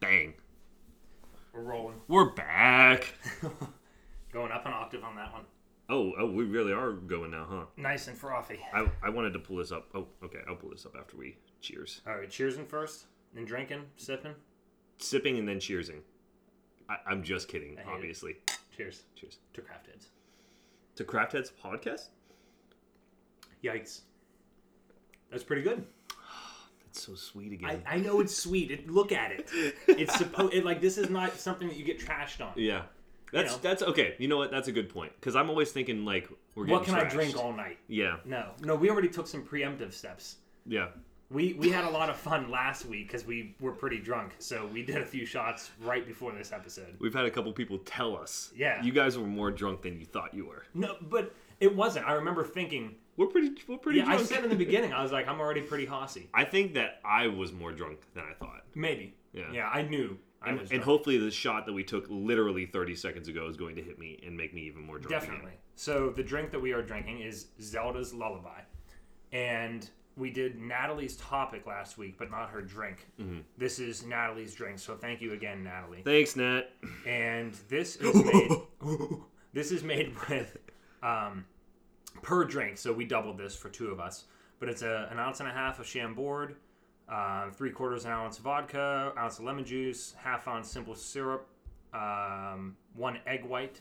Bang. We're rolling. We're back. Going up an octave on that one. Oh, oh, we really are going now, huh? Nice and frothy. I, I wanted to pull this up. Oh, okay. I'll pull this up after we cheers. All right, cheersing first, then drinking, sipping. Sipping and then cheersing. I, I'm just kidding, I hate it. obviously. Cheers Cheers. to Craft Heads. To Craft Heads Podcast? Yikes. That's pretty good. That's so sweet I, again. I know it's sweet. It, look at it. It's supposed it, like this is not something that you get trashed on. yeah. That's know. that's okay. You know what? That's a good point. Because I'm always thinking like we're getting What can I trashed. drink all night? Yeah, No, no. We already took some preemptive steps. yeah. We we had a lot of fun last week because we were pretty drunk, so we did a few shots right before this episode. We've had a couple people tell us. Yeah. You guys were more drunk than you thought you were. No, but it wasn't. I remember thinking. We're pretty. We're pretty. Yeah, I drunk. said in the beginning, I was like, I'm already pretty hossy. I think that I was more drunk than I thought. Maybe. Yeah. I knew. I And, was and drunk. hopefully the shot that we took literally 30 seconds ago is going to hit me and make me even more drunk. again. Definitely. So the drink that we are drinking is Zelda's Lullaby, and we did Natalie's topic last week, but not her drink. Mm-hmm. This is Natalie's drink. So thank you again, Natalie. Thanks, Nat. And this is made. this is made with um, per drink, so we doubled this for two of us. But it's a, an ounce and a half of Chambord, uh, three quarters an ounce vodka, ounce of lemon juice, half ounce simple syrup, um, one egg white,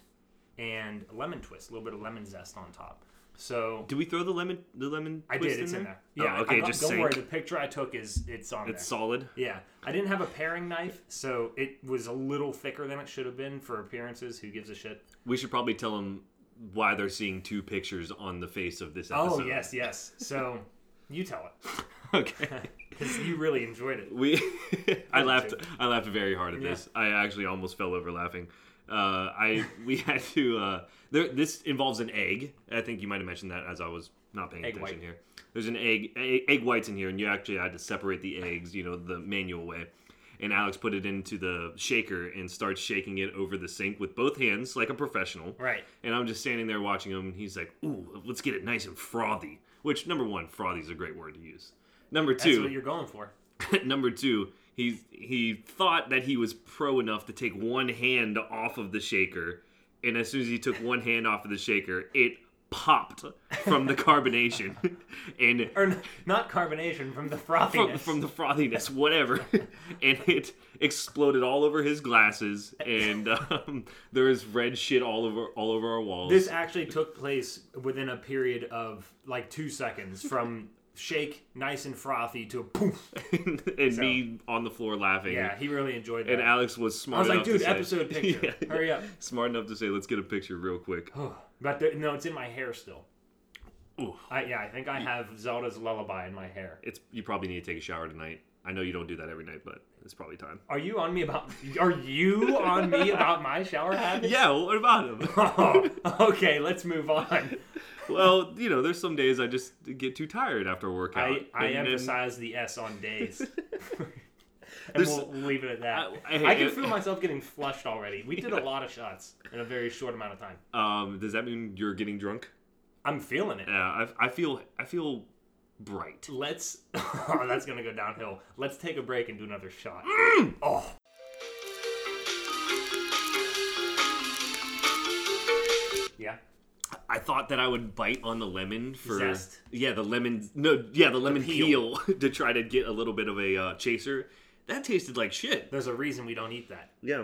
and a lemon twist, a little bit of lemon zest on top. So Did we throw the lemon? The lemon? I twist did. It's in there. Yeah. I okay. got- just don't sank. worry. The picture I took is it's on It's there. solid. Yeah, I didn't have a paring knife, so it was a little thicker than it should have been for appearances. Who gives a shit? We should probably tell them why they're seeing two pictures on the face of this Oh episode. yes, yes. So you tell it Okay. because you really enjoyed it. We, I Me laughed. too. I laughed very hard at Yeah. this. I actually almost fell over laughing. Uh, I we had to. Uh, there, this involves an egg. I think you might have mentioned that as I was not paying Egg attention white. here. There's an egg, egg. Egg whites in here, and you actually had to separate the eggs. You know the manual way. And Alex put it into the shaker and starts shaking it over the sink with both hands like a professional. Right. And I'm just standing there watching him, and he's like, "Ooh, let's get it nice and frothy." Which number one, frothy is a great word to use. Number That's two, what you're going for. number two, he he thought that he was pro enough to take one hand off of the shaker, and as soon as he took one hand off of the shaker, it popped from the carbonation and Or n- not carbonation from the frothiness. from, from the frothiness, whatever, and it exploded all over his glasses, and um, there is red shit all over all over our walls. this actually took place within a period of like two seconds from shake nice and frothy to poof. and me on the floor laughing. Yeah, he really enjoyed that. And Alex was I smart. was like, enough to dude, say- episode picture. Yeah. Hurry up. Smart enough to say, let's get a picture real quick. Oh, but there, no, it's in my hair still. Ooh. I, yeah, I think I have Zelda's lullaby in my hair. it's you probably need to take a shower tonight. I know you don't do that every night, but it's probably time. Are you on me about? Are you on me about my shower habits? Yeah, well, what about him? Oh, okay, let's move on. well, you know, there's some days I just get too tired after a workout. I, I and then- emphasize the S on days. and There's- we'll leave it at that. I- I, I- can feel myself getting flushed already. We did a lot of shots in a very short amount of time. um, does that mean you're getting drunk? I'm feeling it. Yeah, I, I feel I feel bright. Let's. Oh, that's gonna go downhill. Let's take a break and do another shot. Oh. Yeah. I thought that I would bite on the lemon for Zest. yeah the lemon no yeah the lemon peel. peel. to try to get a little bit of a uh, chaser. That tasted like shit. There's a reason we don't eat that. Yeah,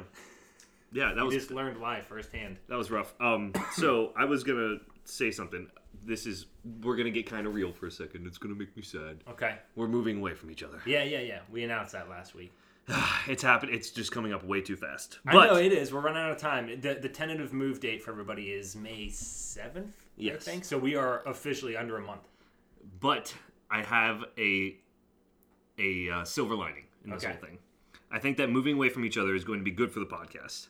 yeah, that We was just learned why firsthand. That was rough. Um, so I was gonna say something. This is we're gonna get kind of real for a second. It's gonna make me sad. Okay. We're moving away from each other. Yeah, yeah, yeah. We announced that last week. It's happened. It's just coming up way too fast. But I know it is. We're running out of time. The, the tentative move date for everybody is May 7th, Yes. I think. So we are officially under a month. but I have a a uh, silver lining in this Okay. whole thing. I think that moving away from each other is going to be good for the podcast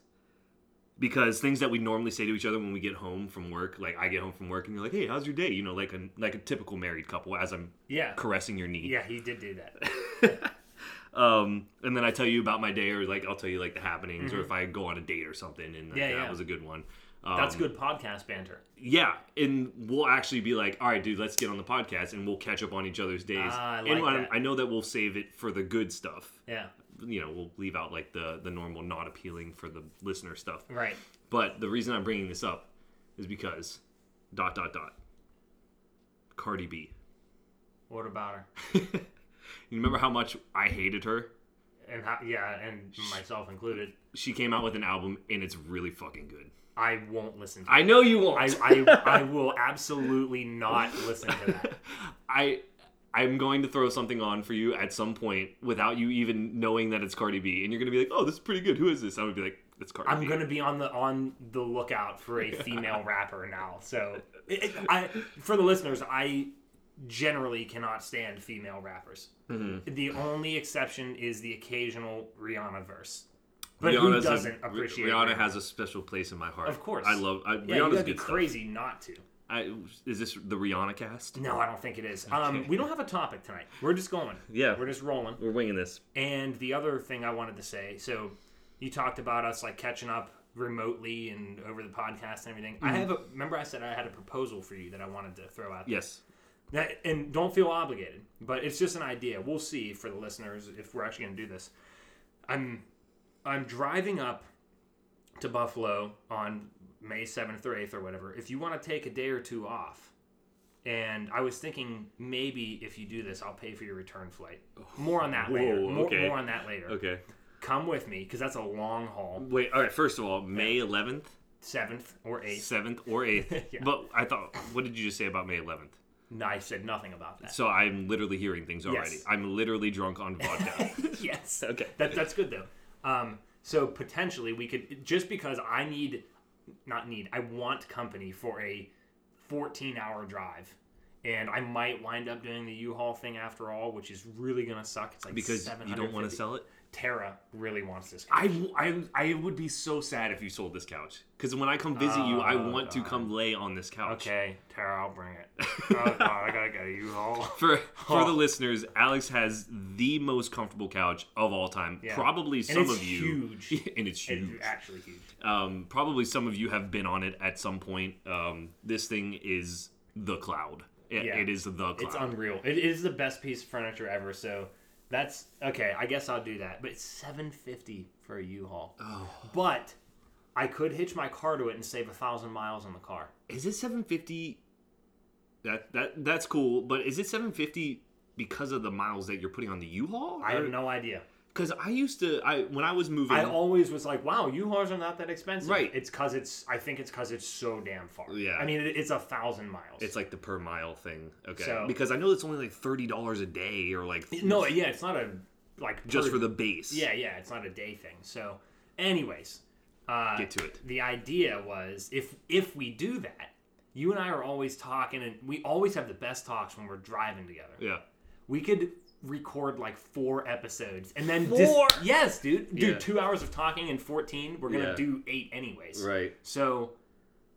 because things that we normally say to each other when we get home from work, like I get home from work and you're like, "Hey, how's your day?" You know, like a like a typical married couple as I'm Yeah. caressing your knee. Yeah, he did do that. um, and then I tell you about my day, or like I'll tell you like the happenings, or if I go on a date or something, and like, Mm-hmm. Yeah, that yeah. was a good one. Um, That's good podcast banter. Yeah, and we'll actually be like, all right, dude, let's get on the podcast, and we'll catch up on each other's days. Ah, I and like I- that. I know that we'll save it for the good stuff. Yeah. You know, we'll leave out like the the normal, not appealing for the listener stuff. Right. But the reason I'm bringing this up is because dot dot dot. Cardi B. What about her? You remember how much I hated her? And how, yeah, and myself included. She came out with an album and it's really fucking good. I won't listen to I know you won't. I, I, I will absolutely not listen to that. I I'm going to throw something on for you at some point without you even knowing that it's Cardi B, and you're gonna be like, "Oh, this is pretty good. Who is this?" I'm gonna be like, "It's Cardi I'm B." gonna be on the on the lookout for a female rapper now. So, it, it- I for the listeners, I generally cannot stand female rappers. Mm-hmm. The only exception is the occasional Rihanna verse, but who Rihanna's a- doesn't appreciate Rihanna? her? Has a special place in my heart. Of course. I love I, Yeah, Rihanna's you'd be good stuff. crazy not to. I, is this the Rihanna cast? No, I don't think it is. Um, we don't have a topic tonight. We're just going. Yeah. we're just rolling. We're winging this. And the other thing I wanted to say, so you talked about us like catching up remotely and over the podcast and everything. I have a remember I said I had a proposal for you that I wanted to throw out. there? Yes. That, and don't feel obligated, but it's just an idea. We'll see for the listeners if we're actually going to do this. I'm I'm driving up to Buffalo on May 7th or 8th or whatever. If you want to take a day or two off, and I was thinking maybe if you do this, I'll pay for your return flight. More on that Oh, Whoa, later. More, okay. more on that later. Okay. Come with me because that's a long haul, Wait. All right. First of all, May 11th, 7th or 8th. 7th, or 8th. Yeah. But I thought, what did you just say about May 11th? No, I said nothing about that. So I'm literally hearing things already. Yes. I'm literally drunk on vodka. yes. Okay. That, that's good though. Um, so potentially we could just because I need, not need, I want company for a 14 hour drive, and I might wind up doing the U-Haul thing after all, which is really gonna suck. It's like because you don't want to 750 sell it. Tara really wants this. I, I, I would be so sad if you sold this couch. Because when I come visit you, I Oh, want to come lay on this couch. Okay, Tara, I'll bring it. oh God, I gotta get a U-Haul. For for Oh. the listeners, Alex has the most comfortable couch of all time. Yeah. Probably some it's of you, huge. and it's huge. It's actually huge. Um, probably some of you have been on it at some point. Um, this thing is the cloud. It, Yeah. it is the cloud. It's unreal. It is the best piece of furniture ever. So that's okay. I guess I'll do that. But it's seven fifty for a U-Haul. Oh. But I could hitch my car to it and save a thousand miles on the car. is it 750? That that that's cool, but is it 750 because of the miles that you're putting on the U-Haul? I have no idea. Because I used to, I when I was moving, I always was like, wow, U-Hauls are not that expensive. Right. It's cause it's. I think it's cause it's so damn far. Yeah. I mean, it, it's a thousand miles. it's like the per mile thing. Okay, So- because I know it's only like thirty dollars a day or like no. Yeah. It's not a like just per- for the base. Yeah. Yeah. It's not a day thing. So, anyways. Uh, get to it. the idea was if if we do that you and i are always talking and we always have the best talks when we're driving together Yeah, we could record like four episodes and then Four? Just, yes dude dude Yeah. two hours of talking and 14 we're gonna Yeah. do eight anyways right. so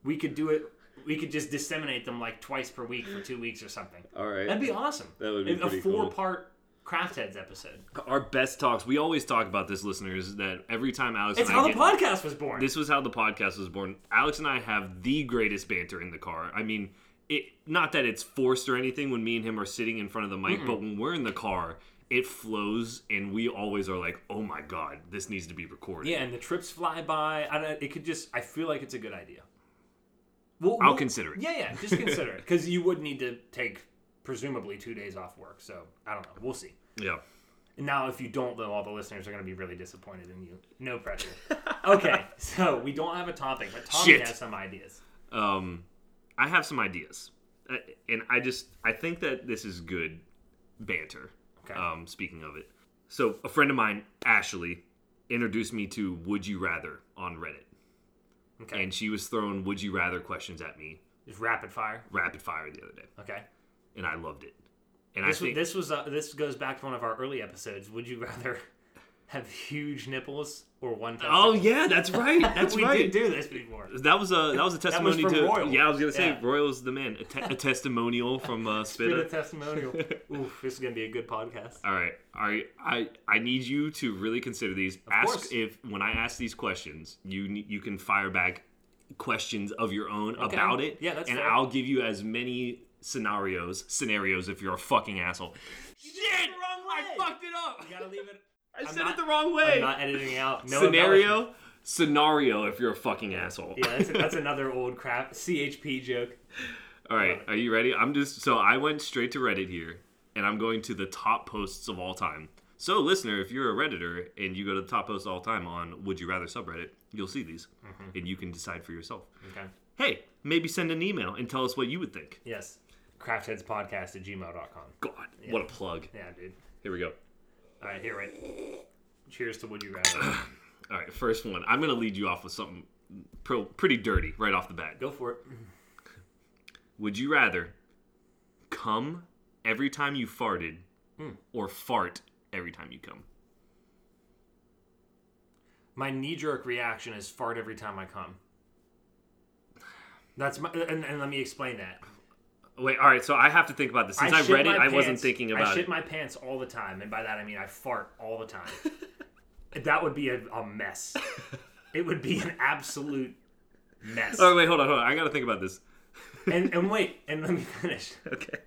we could do it we could just disseminate them like twice per week for two weeks or something All right. that'd be awesome That would be a pretty four cool. part craft heads episode Our best talks. We always talk about this, listeners. That every time Alex it's and I how the get- podcast was born this was how the podcast was born. Alex and I have the greatest banter in the car. I mean, it not that it's forced or anything when me and him are sitting in front of the mic, but when we're in the car, it flows, and we always are like, "Oh my god, this needs to be recorded." Yeah, and the trips fly by. I don't, it could just. I feel like it's a good idea. We'll, I'll we'll- consider it. Yeah, yeah, just consider it because you would need to take presumably two days off work. So I don't know. We'll see. Yeah. And Now, if you don't, though, all the listeners are going to be really disappointed in you. No pressure. okay, so we don't have a topic, but Tommy Shit. has some ideas. Um, I have some ideas, Uh, and I just I think that this is good banter. Okay. Um, speaking of it, so a friend of mine, Ashley, introduced me to "Would You Rather" on Reddit, Okay, and she was throwing "Would You Rather" questions at me just rapid fire. rapid fire the other day, Okay, and I loved it. And this I think was, this was uh, this goes back to one of our early episodes. Would you rather have huge nipples or one? oh testicle? yeah, that's right, that's we right. did do this before. That was a that was a That was testimony from to Royal. yeah I was gonna say Yeah. Royal's the man a, te- a testimonial from uh, Bit Spitter of testimonial. Oof, this is gonna be a good podcast. All right, all right. I I need you to really consider these. ask course. if when I ask these questions, you ne- you can fire back questions of your own Okay. about it. Yeah, that's and fair. I'll give you as many scenarios scenarios if you're a fucking asshole. Shit! wrong I fucked it up. You gotta leave it. I said not- it the wrong way. I'm not editing out. No embellishment. scenario, scenario if you're a fucking asshole. Yeah, that's, that's another old crap CHP joke. All right, are you ready? I'm just so I went straight to Reddit here, and I'm going to the top posts of all time. So, listener, if you're a redditor and you go to the top posts of all time on Would You Rather subreddit, you'll see these, and you can decide for yourself. Okay. Hey, maybe send an email and tell us what you would think. Yes. Craftheadspodcast at gmail.com. God, what a plug! Yeah, dude. Here we go. All right, here, right. Cheers to Would You Rather. All right, first one. I'm gonna lead you off with something pro- pretty dirty right off the bat. Go for it. Would you rather come every time you farted or fart every time you come? My knee jerk reaction is fart every time I come. That's my, and, and let me explain that. Wait, all right, so I have to think about this. Since I, shit read it, my I wasn't pants- thinking about I shit it. my pants all the time, and by that I mean I fart all the time. that would be a, a mess. It would be an absolute mess. Oh, wait, hold on, hold on. I gotta think about this. And, and wait, and let me finish. Okay.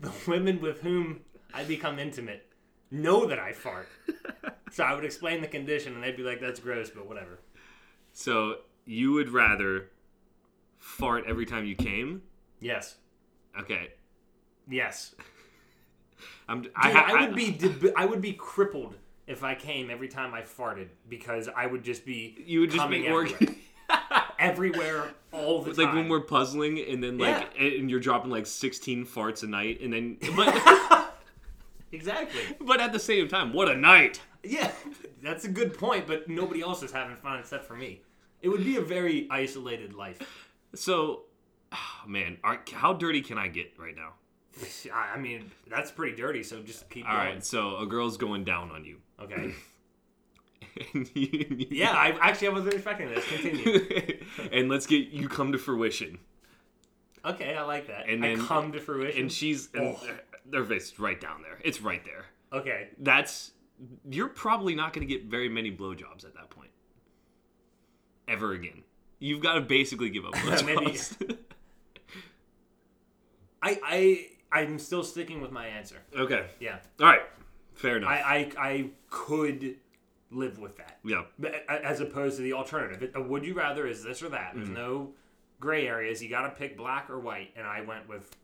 the women with whom I become intimate know that I fart. so I would explain the condition, and they'd be like, "That's gross," but whatever. So you would rather fart every time you came? Yes, Okay. yes. I'm. Dude, I, I, ha- would be deb- I would be crippled if I came every time I farted because I would just be You would just be coming org- everywhere, everywhere all the It's time. like when we're puzzling, and then like, and you're dropping like 16 farts a night, and then, but, exactly. but at the same time, what a night! Yeah, that's a good point, but nobody else is having fun except for me. It would be a very isolated life. So, ah, man, are, how dirty can I get right now? I I mean, that's pretty dirty. So just keep All going. right, so a girl's going down on you. Okay. and, you- Yeah, I actually I wasn't expecting this. Continue. and let's get you come to fruition. Okay, I like that. And I then- come to fruition. And she's and Oh. their face right down there. It's right there. okay, That's you're probably not going to get very many blowjobs at that point, ever again. You've got to basically give up blowjobs. I I I'm still sticking with my answer. okay, Yeah, all right, fair enough. I I, I could live with that, yeah, But a- as opposed to the alternative. It- a would you rather is this or that? Mm-hmm. There's no gray areas. You got to pick black or white, and I went with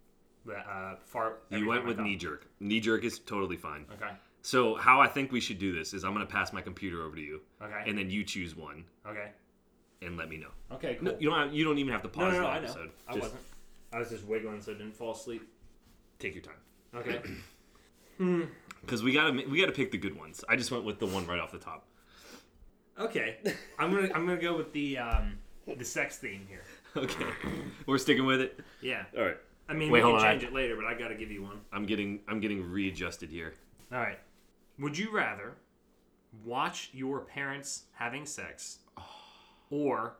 the uh, far. every you went time I with thought. knee jerk. Knee jerk is totally fine. Okay. So how I think we should do this is I'm going to pass my computer over to you, Okay. and then you choose one okay. and let me know. Okay. Cool. No, you don't. Have, you don't even have to no, pause no, no, the I know. episode. I Just wasn't. I was just wiggling, so I didn't fall asleep. take your time. Okay. Because we gotta we gotta pick the good ones. I just went with the one right off the top. Okay, I'm gonna I'm gonna go with the um, the sex theme here. Okay, we're sticking with it. Yeah, All right, I mean Wait, we hold can on. change it later, but I gotta give you one. I'm getting I'm getting readjusted here. All right, would you rather watch your parents having sex, or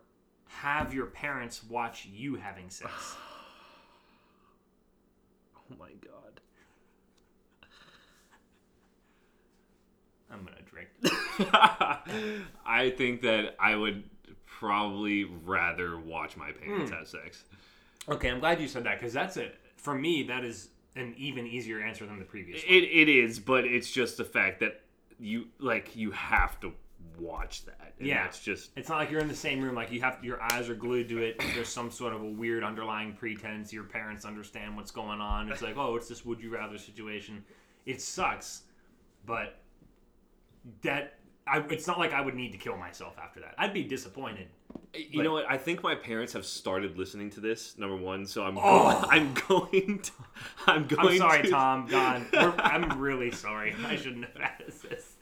have your parents watch you having sex? Oh my god. I'm gonna drink. I think that I would probably rather watch my parents have sex. Okay, I'm glad you said that because that's it for me. That is an even easier answer than the previous. one. It it is, but it's just the fact that you like you have to watch that. And Yeah. that's just It's not like you're in the same room. Like you have your eyes are glued to it. There's some sort of a weird underlying pretense. Your parents understand what's going on. It's like, oh, it's this would you rather situation. It sucks, but that I, it's not like I would need to kill myself after that. I'd be disappointed. Eh, you know what? I think my parents have started listening to this number one, so I'm Oh. I'm going to I'm going. I'm sorry, to, Tom. Don. We're- I'm really sorry. I shouldn't have asked this.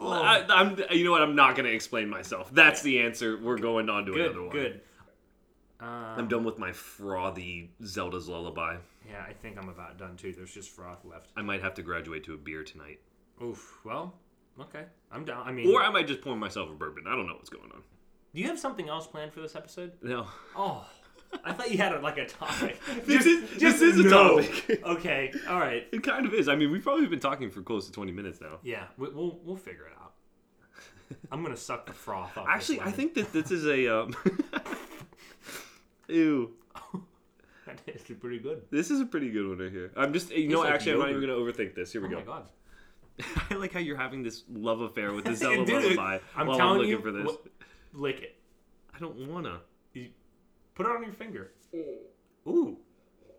I, I'm, you know what? I'm not going to explain myself. That's the answer. We're going on to another Good. one. Good. Uh, I'm done with my frothy Zelda's lullaby. Yeah, I think I'm about done too. There's just froth left. I might have to graduate to a beer tonight, Oof. Well, okay. I'm down. I mean, or I might just pour myself a bourbon. I don't know what's going on. do you have something else planned for this episode? No, Oh, I thought you had a, like a topic. This is- this is a topic. okay, all right. it kind of is. I mean, we've probably been talking for close to 20 minutes now. Yeah, we, we'll we'll figure it out. I'm gonna suck the froth off. this Actually, I lemon. think that this is a um. Ew, that tasted pretty good. this is a pretty good one right here. I'm just, you know, Tastes like actually, I'm yogurt. not even gonna overthink this. Here we Oh go. my god! I like how you're having this love affair with the Zelda Dude, lullaby I'm while I'm telling looking you, for this. wh- lick it. I don't wanna. Put it on your finger. Ooh,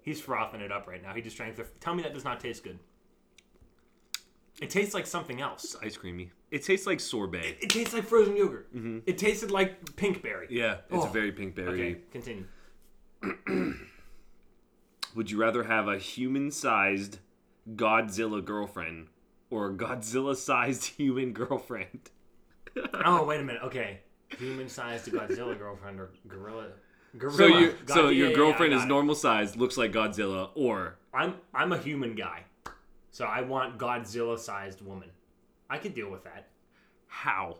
he's frothing it up right now. He just drank the. Tell me that does not taste good. It tastes like something else. It's ice creamy. It tastes like sorbet. It tastes like frozen yogurt. It tasted like pink berry. Mm-hmm. Yeah, it's Oh. very pink berry. Okay, continue. Would you rather have a human-sized Godzilla girlfriend or a Godzilla-sized human girlfriend? Oh wait a minute. Okay, human-sized Godzilla girlfriend or gorilla. Gorilla. So you, God- so yeah, yeah, your yeah, girlfriend I is got it. normal-sized, looks like Godzilla, or I'm I'm a human guy, so I want Godzilla-sized woman. I could deal with that. how?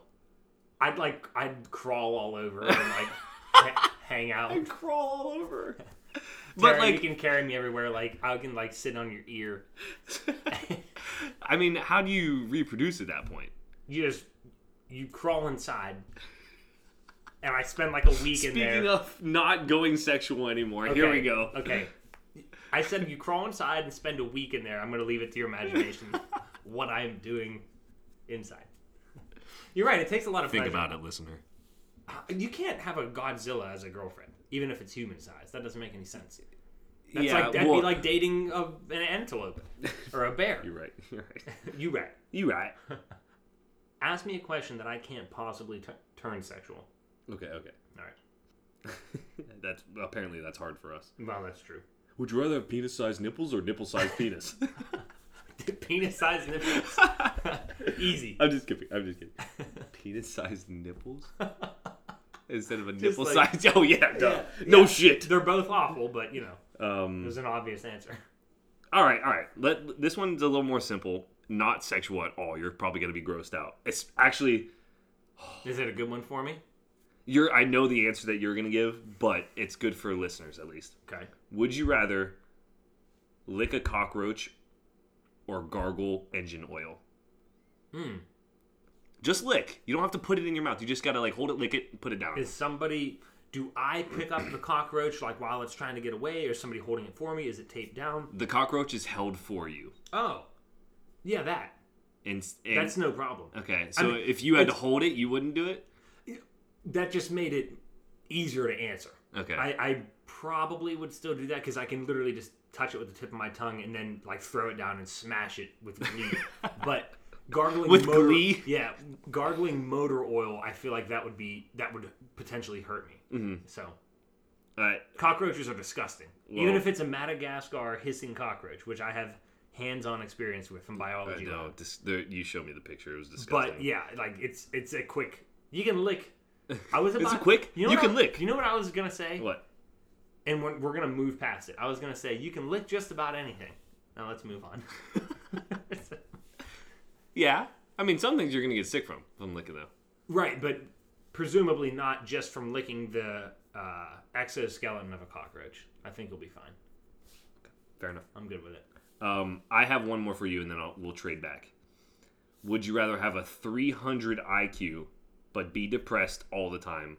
I'd like I'd crawl all over and like ha- hang out. crawl all over. But But like, you can carry me everywhere. Like I can like sit on your ear. I mean, how do you reproduce at that point? You just you crawl inside, and I spend like a week in there. Speaking of not going sexual anymore, here Okay, we go. Okay. I said you crawl inside and spend a week in there. I'm going to leave it to your imagination what I'm doing inside. You're right. It takes a lot of Think pleasure. about it, listener. You can't have a Godzilla as a girlfriend, even if it's human sized. That doesn't make any sense. That's yeah, like that'd well- be like dating a, an antelope or a bear. You're right. You're right. you right. You're right. Ask me a question that I can't possibly t- turn sexual. Okay. Okay. All right. that's apparently that's hard for us. Well, that's true. Would you rather have penis-sized nipples or nipple-sized penis? Penis-sized nipples. Easy. I'm just kidding. I'm just kidding. Penis-sized nipples instead of a Just like- nipple-sized. oh yeah, duh. Yeah, no shit. They're both awful, but you know, it Um. was an obvious answer. All right. All right. Let this one's a little more simple. Not sexual at all. You're probably gonna be grossed out. It's actually Is it a good one for me? you're. I know the answer that you're gonna give, but it's good for listeners at least. Okay. Would you rather lick a cockroach or gargle engine oil? Hmm. Just lick. You don't have to put it in your mouth. You just gotta like hold it, lick it, put it down. Is somebody? Do I pick up the cockroach like while it's trying to get away, or is somebody holding it for me? Is it taped down? the cockroach is held for you. Oh, yeah, that. And, s- and That's no problem. okay. So mean, if you had to hold it, you wouldn't do it. That just made it easier to answer. Okay. I, I probably would still do that because I can literally just touch it with the tip of my tongue and then like throw it down and smash it with glee. but gargling With motor, glee? yeah, gargling motor oil. I feel like that would be that would potentially hurt me. So Uh, cockroaches are disgusting. Even Well- if it's a Madagascar hissing cockroach, which I have hands-on experience with from biology. no, lab. dis- there, you showed me the picture. It was disgusting. But yeah, like it's it's a quick. You can lick. I was about quick? know You what can I- lick. You know what I was gonna say? what? and we're, we're gonna move past it. I was gonna say you can lick just about anything. Now let's move on. Yeah. I mean, some things you're gonna get sick from from licking though. right, but presumably not just from licking the uh, exoskeleton of a cockroach. I think you'll be fine. Fair enough. I'm good with it. Um, I have one more for you, and then I'll, we'll trade back. Would you rather have a 300 IQ but be depressed all the time,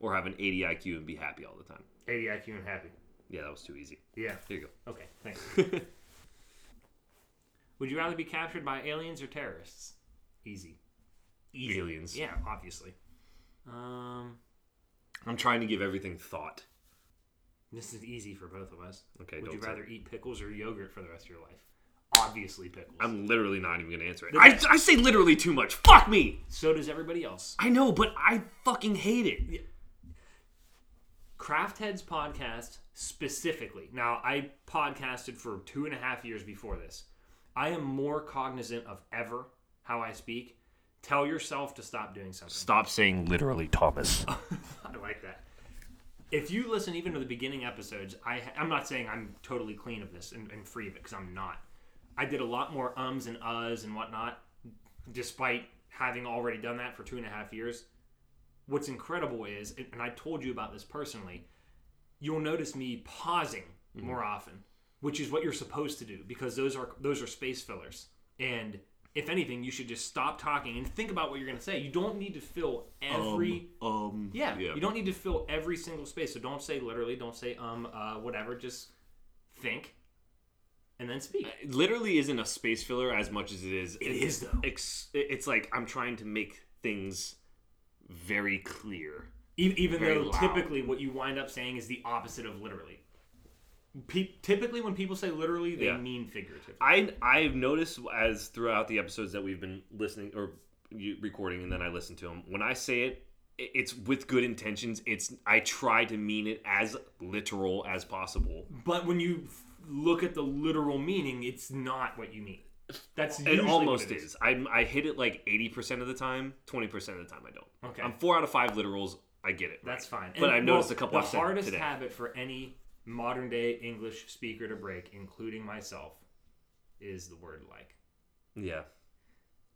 or have an 80 IQ and be happy all the time? 80 IQ and happy. Yeah, that was too easy. Yeah. Here you Okay. Thanks. Would you rather be captured by aliens or terrorists? Easy. Easy. Aliens. Yeah, obviously. Um, go. I'm trying to give everything thought. this is easy for both of us. Okay, Would don't you say rather eat pickles or yogurt for the rest of your life? Obviously, pickles. I'm literally not even gonna answer it. I, I say literally too much. Fuck me. So does everybody else. I know, but I fucking hate it. Craft Heads podcast specifically. Now, I podcasted for two and a half years before this. I am more cognizant of ever how I speak. Tell yourself to stop doing something. Stop saying literally, Thomas. I like that. If you listen even to the beginning episodes, I, I'm not saying I'm totally clean of this and, and free of it because I'm not. I did a lot more ums and uhs and whatnot, despite having already done that for two and a half years. What's incredible is, and- and I told you about this personally, you'll notice me pausing more often, which is what you're supposed to do because those are those are space fillers. And if anything, you should just stop talking and think about what you're going to say. You don't need to fill every um, um, yeah, You don't need to fill every single space. So don't say literally. Don't say um uh whatever. Just think, and then speak. It literally isn't a space filler as much as it is. It is, though. Ex- it's like I'm trying to make things very clear. E- even Very though loud. typically what you wind up saying is the opposite of literally. Pe- typically, when people say literally, they Yeah. mean figurative. I I've noticed as throughout the episodes that we've been listening or you- recording, and then I listen to them. When I say it, i- it's with good intentions. It's I try to mean it as literal as possible. But when you f- look at the literal meaning, it's not what you mean. That's usually It what almost it is. I I hit it like eighty percent of the time. Twenty percent of the time, I don't. Okay. I'm four out of five literals. I get it. That's fine. But I've noticed a couple The I've said hardest today. habit for any modern day English speaker to break, including myself, is the word like. yeah.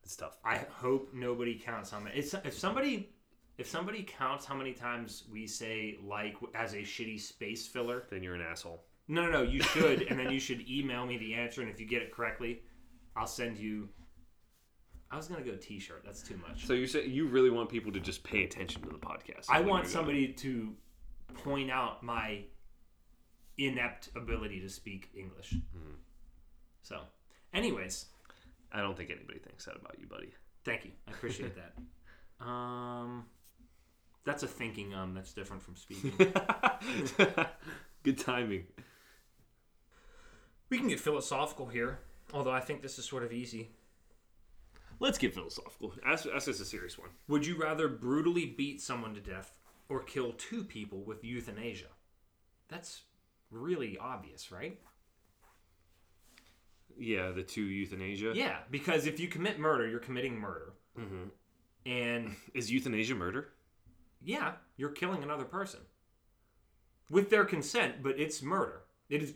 It's tough. I hope nobody counts how many. It's, if somebody, if somebody counts how many times we say like as a shitty space filler, then you're an asshole. no, no, no, you should, and then you should email me the answer, and if you get it correctly, I'll send you. I was gonna go T-shirt. That's too much. So you say you really want people to just pay attention to the podcast. I want somebody to point out my inept ability to speak English. So, anyways, I don't think anybody thinks that about you, buddy. thank you. I appreciate that. Um, that's a thinking um that's different from speaking. Good timing. we can get philosophical here, although I think this is sort of easy. Let's get philosophical. Ask, ask us a serious one. Would you rather brutally beat someone to death or kill two people with euthanasia? That's really obvious, right? Yeah, the two euthanasia. Yeah, because if you commit murder, you're committing murder. And Is euthanasia murder? yeah, you're killing another person with their consent, but it's murder. It is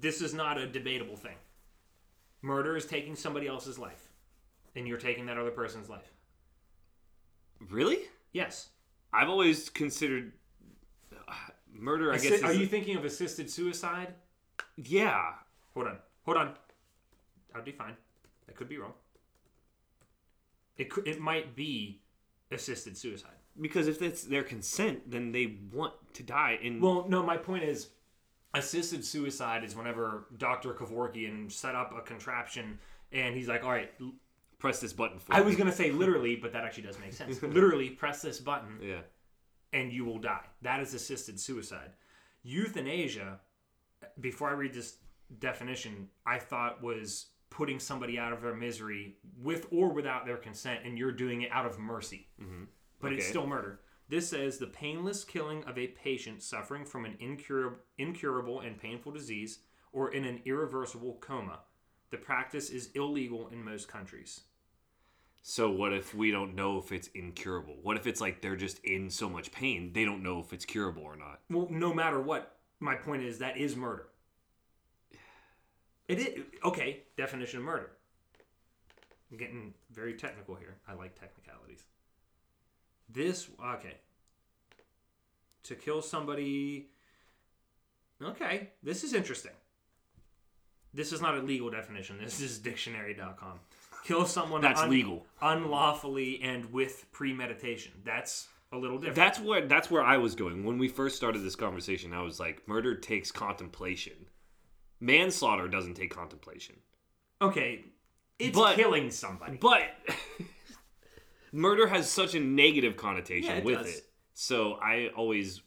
this is not a debatable thing. Murder is taking somebody else's life and you're taking that other person's life. Really? Yes. I've always considered uh, murder. I guess. Assi- is- are you thinking of assisted suicide? yeah. Hold on. Hold on. I'd be fine. I could be wrong. It could, it might be assisted suicide. Because if it's their consent, then they want to die. And Well, no, my point is assisted suicide is whenever Dr. Kevorkian set up a contraption and he's like, all right, l- press this button for. I was me. going to say literally, but that actually does make sense. literally, press this button Yeah. and you will die. That is assisted suicide. Euthanasia, before I read this definition, I thought was putting somebody out of their misery with or without their consent and you're doing it out of mercy but it's Okay. still murder. This says the painless killing of a patient suffering from an incurable, incurable and painful disease or in an irreversible coma. The practice is illegal in most countries. So what if we don't know if it's incurable? What if it's like they're just in so much pain they don't know if it's curable or not? Well, no matter what, my point is that is murder. It is okay. Definition of murder. I'm getting very technical here. I like technicalities. This okay. To kill somebody. Okay, this is interesting. This is not a legal definition. This is dictionary.com. Kill someone That's legal. unlawfully and with premeditation. That's a little different. That's where that's where I was going when we first started this conversation. I was like, murder takes contemplation. Manslaughter doesn't take contemplation. Okay, it's But- killing somebody. But murder has such a negative connotation Yeah, it with does. it. So I always,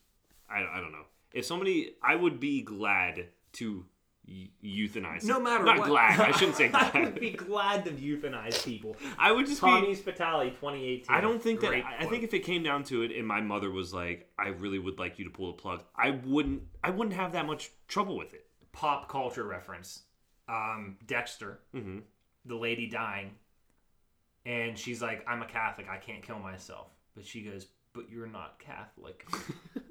I, I don't know. If somebody, I would be glad to y- euthanize. no matter not what. glad. I shouldn't say I would glad. be glad to euthanize people. I would just be. Tommy Spitali, 2018. I don't think that. Great I I quote. think if it came down to it, and my mother was like, "I really would like you to pull the plug," I wouldn't. I wouldn't have that much trouble with it. pop culture reference. Um, Dexter, Mhm. the lady dying, and she's like, "I'm a Catholic. I can't kill myself." But she goes, "But you're not Catholic,"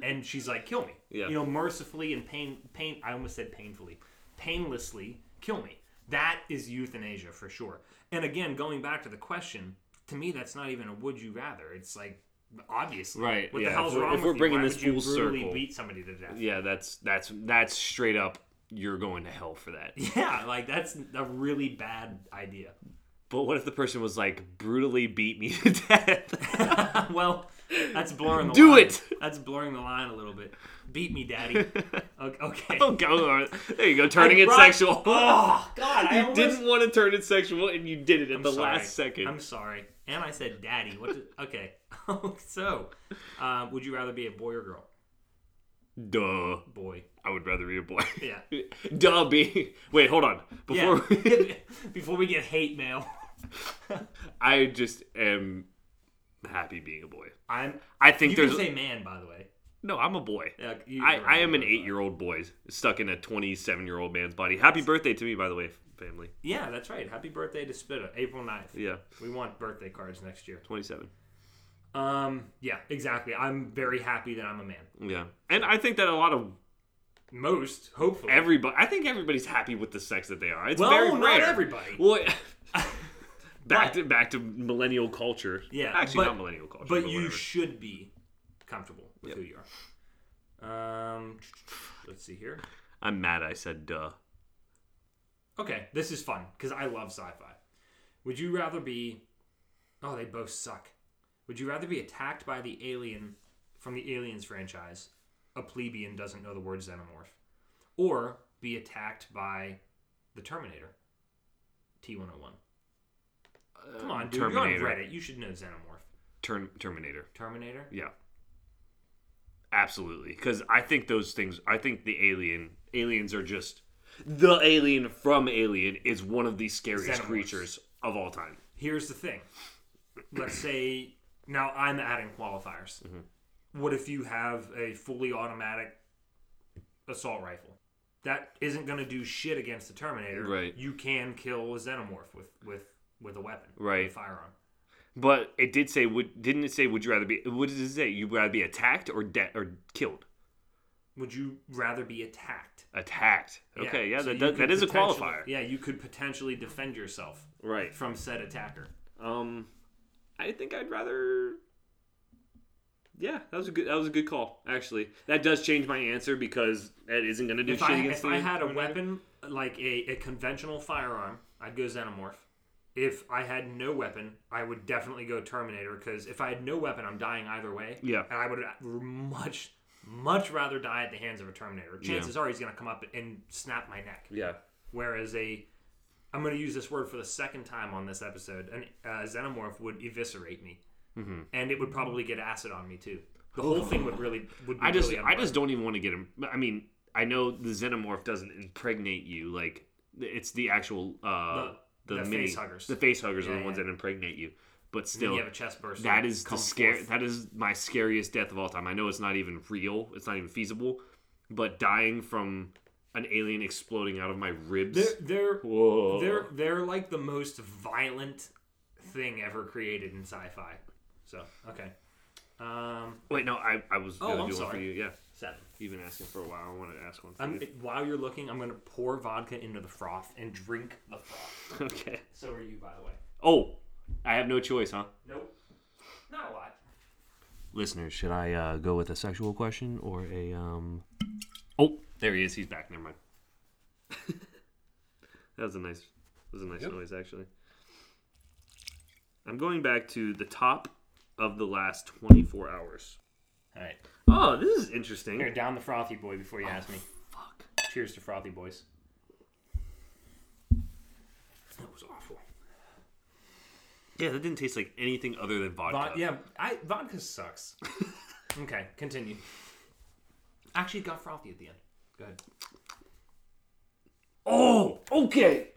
and she's like, "Kill me." Yeah. You know, mercifully and pain, pain. I almost said painfully, painlessly. Kill me. That is euthanasia for sure. And again, going back to the question, to me, that's not even a would you rather. It's like obviously, Right, What yeah, the if hell's we're- wrong if with we're you? bringing Why this would you full brutally circle. beat somebody to death? Yeah, that's that's that's straight up. You're going to hell for that. Yeah, like that's a really bad idea. But what if the person was like brutally beat me to death? well, that's blurring the Do line. it! That's blurring the line a little bit. Beat me, daddy. O- Okay. oh, go there you go, turning it Right. sexual. Oh God! I you almost- didn't want to turn it sexual, and you did it at the Sorry. last second. I'm sorry. And I said daddy. What? Did, okay. so, uh, would you rather be a boy or girl? Duh. Boy. I would rather be a boy. Yeah. Duh, B. Wait, hold on. Yeah. Before we- Before we get hate mail, I just am happy being a boy. I'm. I think You there's can say man, by the way. no. I'm a boy. Yeah, you- I, I am an eight-year-old boy stuck in a 27-year-old man's body. Happy birthday to me, by the way, family. Yeah, that's right. Happy birthday to Spitta, April 9th. Yeah, We want birthday cards next year. 27. Um, yeah, exactly. I'm very happy that I'm a man. Yeah, and I think that a lot of Most, hopefully. everybody, I think everybody's happy with the sex that they are. It's well, very not rare. everybody. Well, back to back to millennial culture. Yeah, actually but- not millennial culture, but, But you whatever. should be comfortable with Yep. who you are. Um, let's see here. I'm mad. I said duh. Okay, this is fun because I love sci-fi. Would you rather be? Oh, they both suck. Would you rather be attacked by the alien from the Aliens franchise, a plebeian doesn't know the word xenomorph, or be attacked by the Terminator, T101? Come on, dude, Terminator. you're on Reddit. You should know xenomorph. Term- Terminator. Terminator. Yeah. Absolutely, because I think those things. I think the alien aliens are just the alien from Alien is one of the scariest Xenomorphs. creatures of all time. Here's the thing. Let's say now I'm adding qualifiers. Mm-hmm. What if you have a fully automatic assault rifle? That isn't going to do shit against the Terminator. Right. You can kill a xenomorph with with with a weapon. Right. With a firearm. But it did say, would didn't it say? Would you rather be? What does it say? You would rather be attacked or de- or killed? Would you rather be attacked? Attacked. Okay, yeah, so that, you that, could that is a potentially- qualifier. Yeah, you could potentially defend yourself Right. from said attacker. Um, I think I'd rather. Yeah, that was a good. That was a good call. Actually, that does change my answer because that isn't going to do if shit I, against if I the- had a weapon like a, a conventional firearm, I'd go xenomorph. If I had no weapon, I would definitely go Terminator because if I had no weapon, I'm dying either way. Yeah. and I would much much rather die at the hands of a Terminator. Chances are he's gonna come up and snap my neck. Yeah. Whereas a I'm gonna use this word for the second time on this episode. An uh, xenomorph would eviscerate me, mm-hmm. and it would probably get acid on me too. The whole thing would really would. Be I just, really I just don't even want to get him. I mean, I know the xenomorph doesn't impregnate you. Like, it's the actual uh, the, The- the mini, face huggers. The face huggers are Yeah, the ones yeah. that impregnate you. But Then still, you have a chest burst. that is the come scare. forth. That is my scariest death of all time. I know it's not even real. It's not even feasible. But dying from an alien exploding out of my ribs. They're they're Whoa. they're they're like the most violent thing ever created in sci-fi. So okay, um, Wait, no, I, I was Oh, gonna I'm do one for sorry. you. Yeah, seven. you've been asking for a while. I wanted to ask one for I'm, you. while you're looking, I'm gonna pour vodka into the froth and drink the froth. Okay. So are you, by the way. Oh, I have no choice, huh? Nope, not a lot. Listeners, should I uh, go with a sexual question or a um? Oh, there he is. He's back. Never mind. that was a nice. That was a nice noise, actually. I'm going back to the top of the last 24 hours. All right, Oh, this is interesting. here down the frothy boy before you ask me. Fuck. Cheers to frothy boys. That was awful. Yeah, that didn't taste like anything other than vodka. Vod- yeah, I, vodka sucks. okay, continue. Actually, it got frothy at the end. Go ahead. Oh, okay.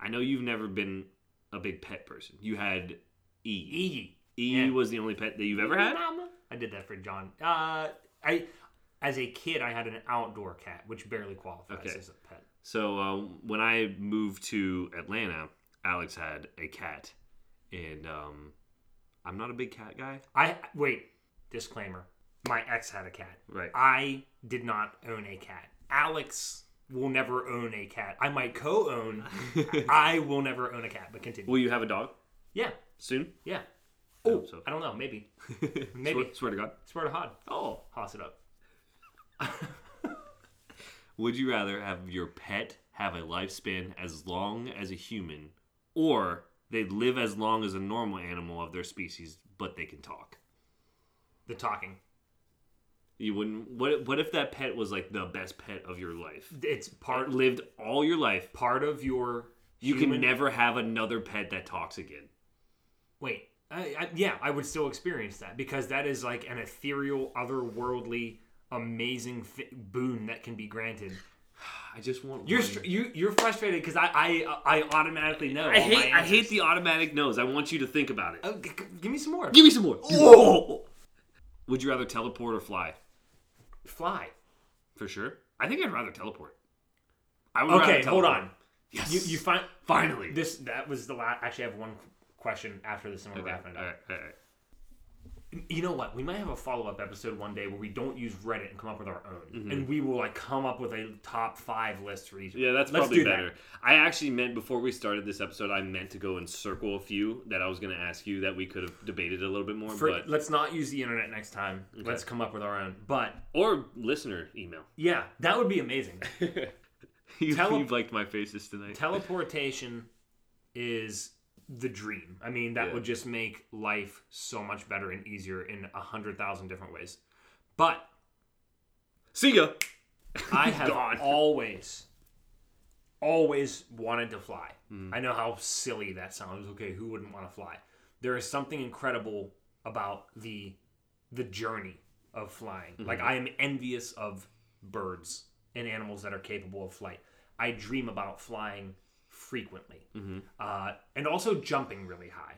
I know you've never been a big pet person. You had E. Iggy. E yeah. was the only pet that you've ever had. I did that for John. Uh, I, as a kid, I had an outdoor cat, which barely qualifies Okay. as a pet. So um, when I moved to Atlanta, Alex had a cat, and um, I'm not a big cat guy. I wait. Disclaimer: My ex had a cat. Right. I did not own a cat. Alex will never own a cat. I might co-own. I will never own a cat. But continue. Will you have a dog Yeah, soon? yeah. I Oh, hope so. I don't know. Maybe. Swear, Maybe. swear to God. Swear to God. Oh. Hoss it up. Would you rather have your pet have a lifespan as long as a human, or They live as long as a normal animal of their species, but they can talk. The talking. You wouldn't. What? What if that pet was like the best pet of your life? It's Part part lived all your life. part of your. You can human- never have another pet that talks again. wait. I, I, yeah, I would still experience that because that is like an ethereal, otherworldly, amazing th- boon that can be granted. I just want. You're one. str- you you're frustrated because I, I I automatically know. I hate. I hate the automatic nose. I want you to think about it. Oh, g- g- give me some more. Give me some more. Oh! Would you rather teleport or fly? Fly. For sure. I think I'd rather teleport. I would Okay, rather hold teleport. on. Yes. You you find finally. this that was the last. Actually, I have one question after this, and we're Okay, wrapping it up. all right, all right. You know what? We might have a follow up episode one day where we don't use Reddit and come up with our own, and we will like come up with a top five list for each. Mm-hmm. Yeah, that's Let's probably do that. better. I actually meant before we started this episode, I meant to go and circle a few that I was going to ask you that we could have debated a little bit more, For, but let's not use the internet next time. Let's come up with our own. But or listener email. yeah, that would be amazing. you, Tele- you've liked my faces tonight. Teleportation is the dream. I mean, that Yeah. would just make life so much better and easier in a hundred thousand different ways. But See ya. I have Gone. always, always wanted to fly. I know how silly that sounds. Okay, who wouldn't want to fly? There is something incredible about the the journey of flying. Like I am envious of birds and animals that are capable of flight. I dream about flying frequently, uh, and also jumping really high.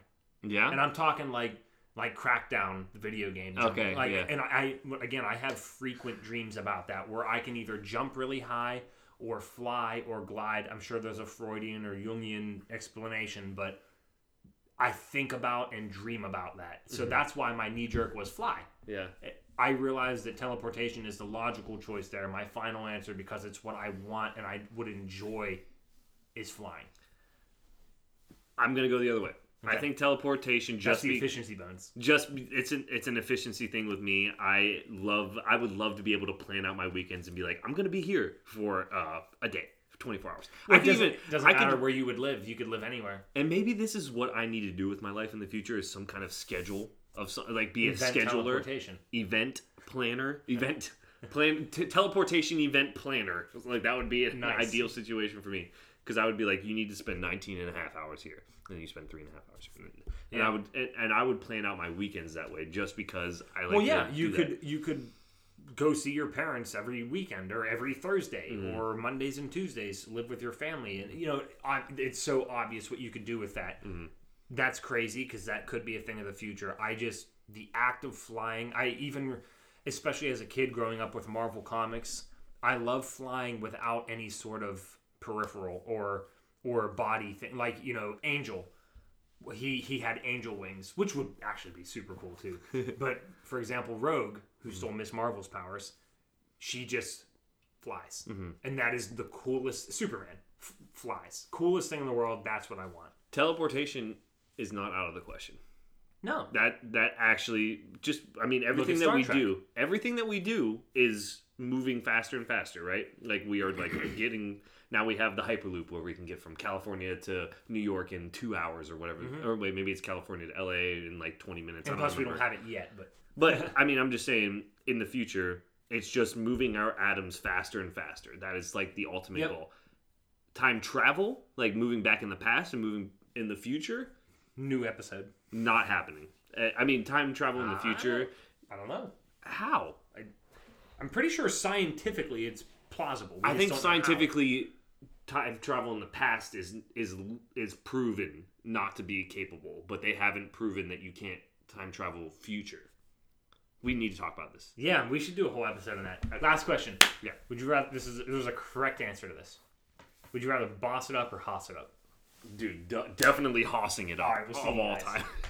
Yeah. And I'm talking like like Crackdown, the video game. jumping. Okay, Like, yeah. And I again, I have frequent dreams about that where I can either jump really high or fly or glide. I'm sure there's a Freudian or Jungian explanation, but I think about and dream about that. So Mm-hmm. that's why my knee jerk was fly. yeah. I realize that teleportation is the logical choice there. My final answer, because it's what I want and I would enjoy, is flying. I'm going to go the other way. I Okay. think teleportation That's just the be, efficiency bonus. just it's an it's an efficiency thing with me. I love I would love to be able to plan out my weekends and be like I'm gonna be here for uh, a day, for 24 hours. I It could doesn't, even doesn't I matter could, where you would live. You could live anywhere. and maybe this is what I need to do with my life in the future is some kind of schedule of some, like be a Event scheduler, teleportation. event planner, event plan t- teleportation event planner. Like that would be an Nice. ideal situation for me because I would be like you need to spend 19 and a half hours here and then you spend three and a half hours here. And Yeah. I would and, and I would plan out my weekends that way just because I like Well, to yeah, do you that. could you could go see your parents every weekend or every Thursday or Mondays and Tuesdays. Live with your family, and you know I, it's so obvious what you could do with that. That's crazy because that could be a thing of the future. I just the act of flying. I even, especially as a kid growing up with Marvel comics, I love flying without any sort of peripheral or or body thing. Like you know, Angel he he had angel wings, which would actually be super cool too. but for example, Rogue, Mm-hmm. who stole Miss Marvel's powers, she just flies, Mm-hmm. and that is the coolest. Superman f- flies, coolest thing in the world. That's what I want. teleportation is not out of the question. No, That that actually just I mean everything that Star we Trek. do, everything that we do is moving faster and faster, right? Like we are like getting now we have the hyperloop where we can get from California to New York in 2 hours or whatever. Or wait, maybe it's California to LA in like 20 minutes. I Mm-hmm. and don't plus we don't remember. have it yet, but But I mean, I'm just saying in the future, it's just moving our atoms faster and faster. That is like the ultimate Yep. goal. Time travel, like moving back in the past and moving in the future, new episode. not happening. Uh, I mean, time travel in Ah. the future, I don't know. how? I'm pretty sure scientifically it's plausible. We I just think don't know how. scientifically, time travel in the past is is is proven not to be capable, but they haven't proven that you can't time travel future. We need to talk about this. Yeah, we should do a whole episode on that. Last question. Yeah. Would you rather? This is there's a correct answer to this. Would you rather boss it up or hoss it up? Dude, de- definitely hossing it up All right, we'll see of you all guys. time.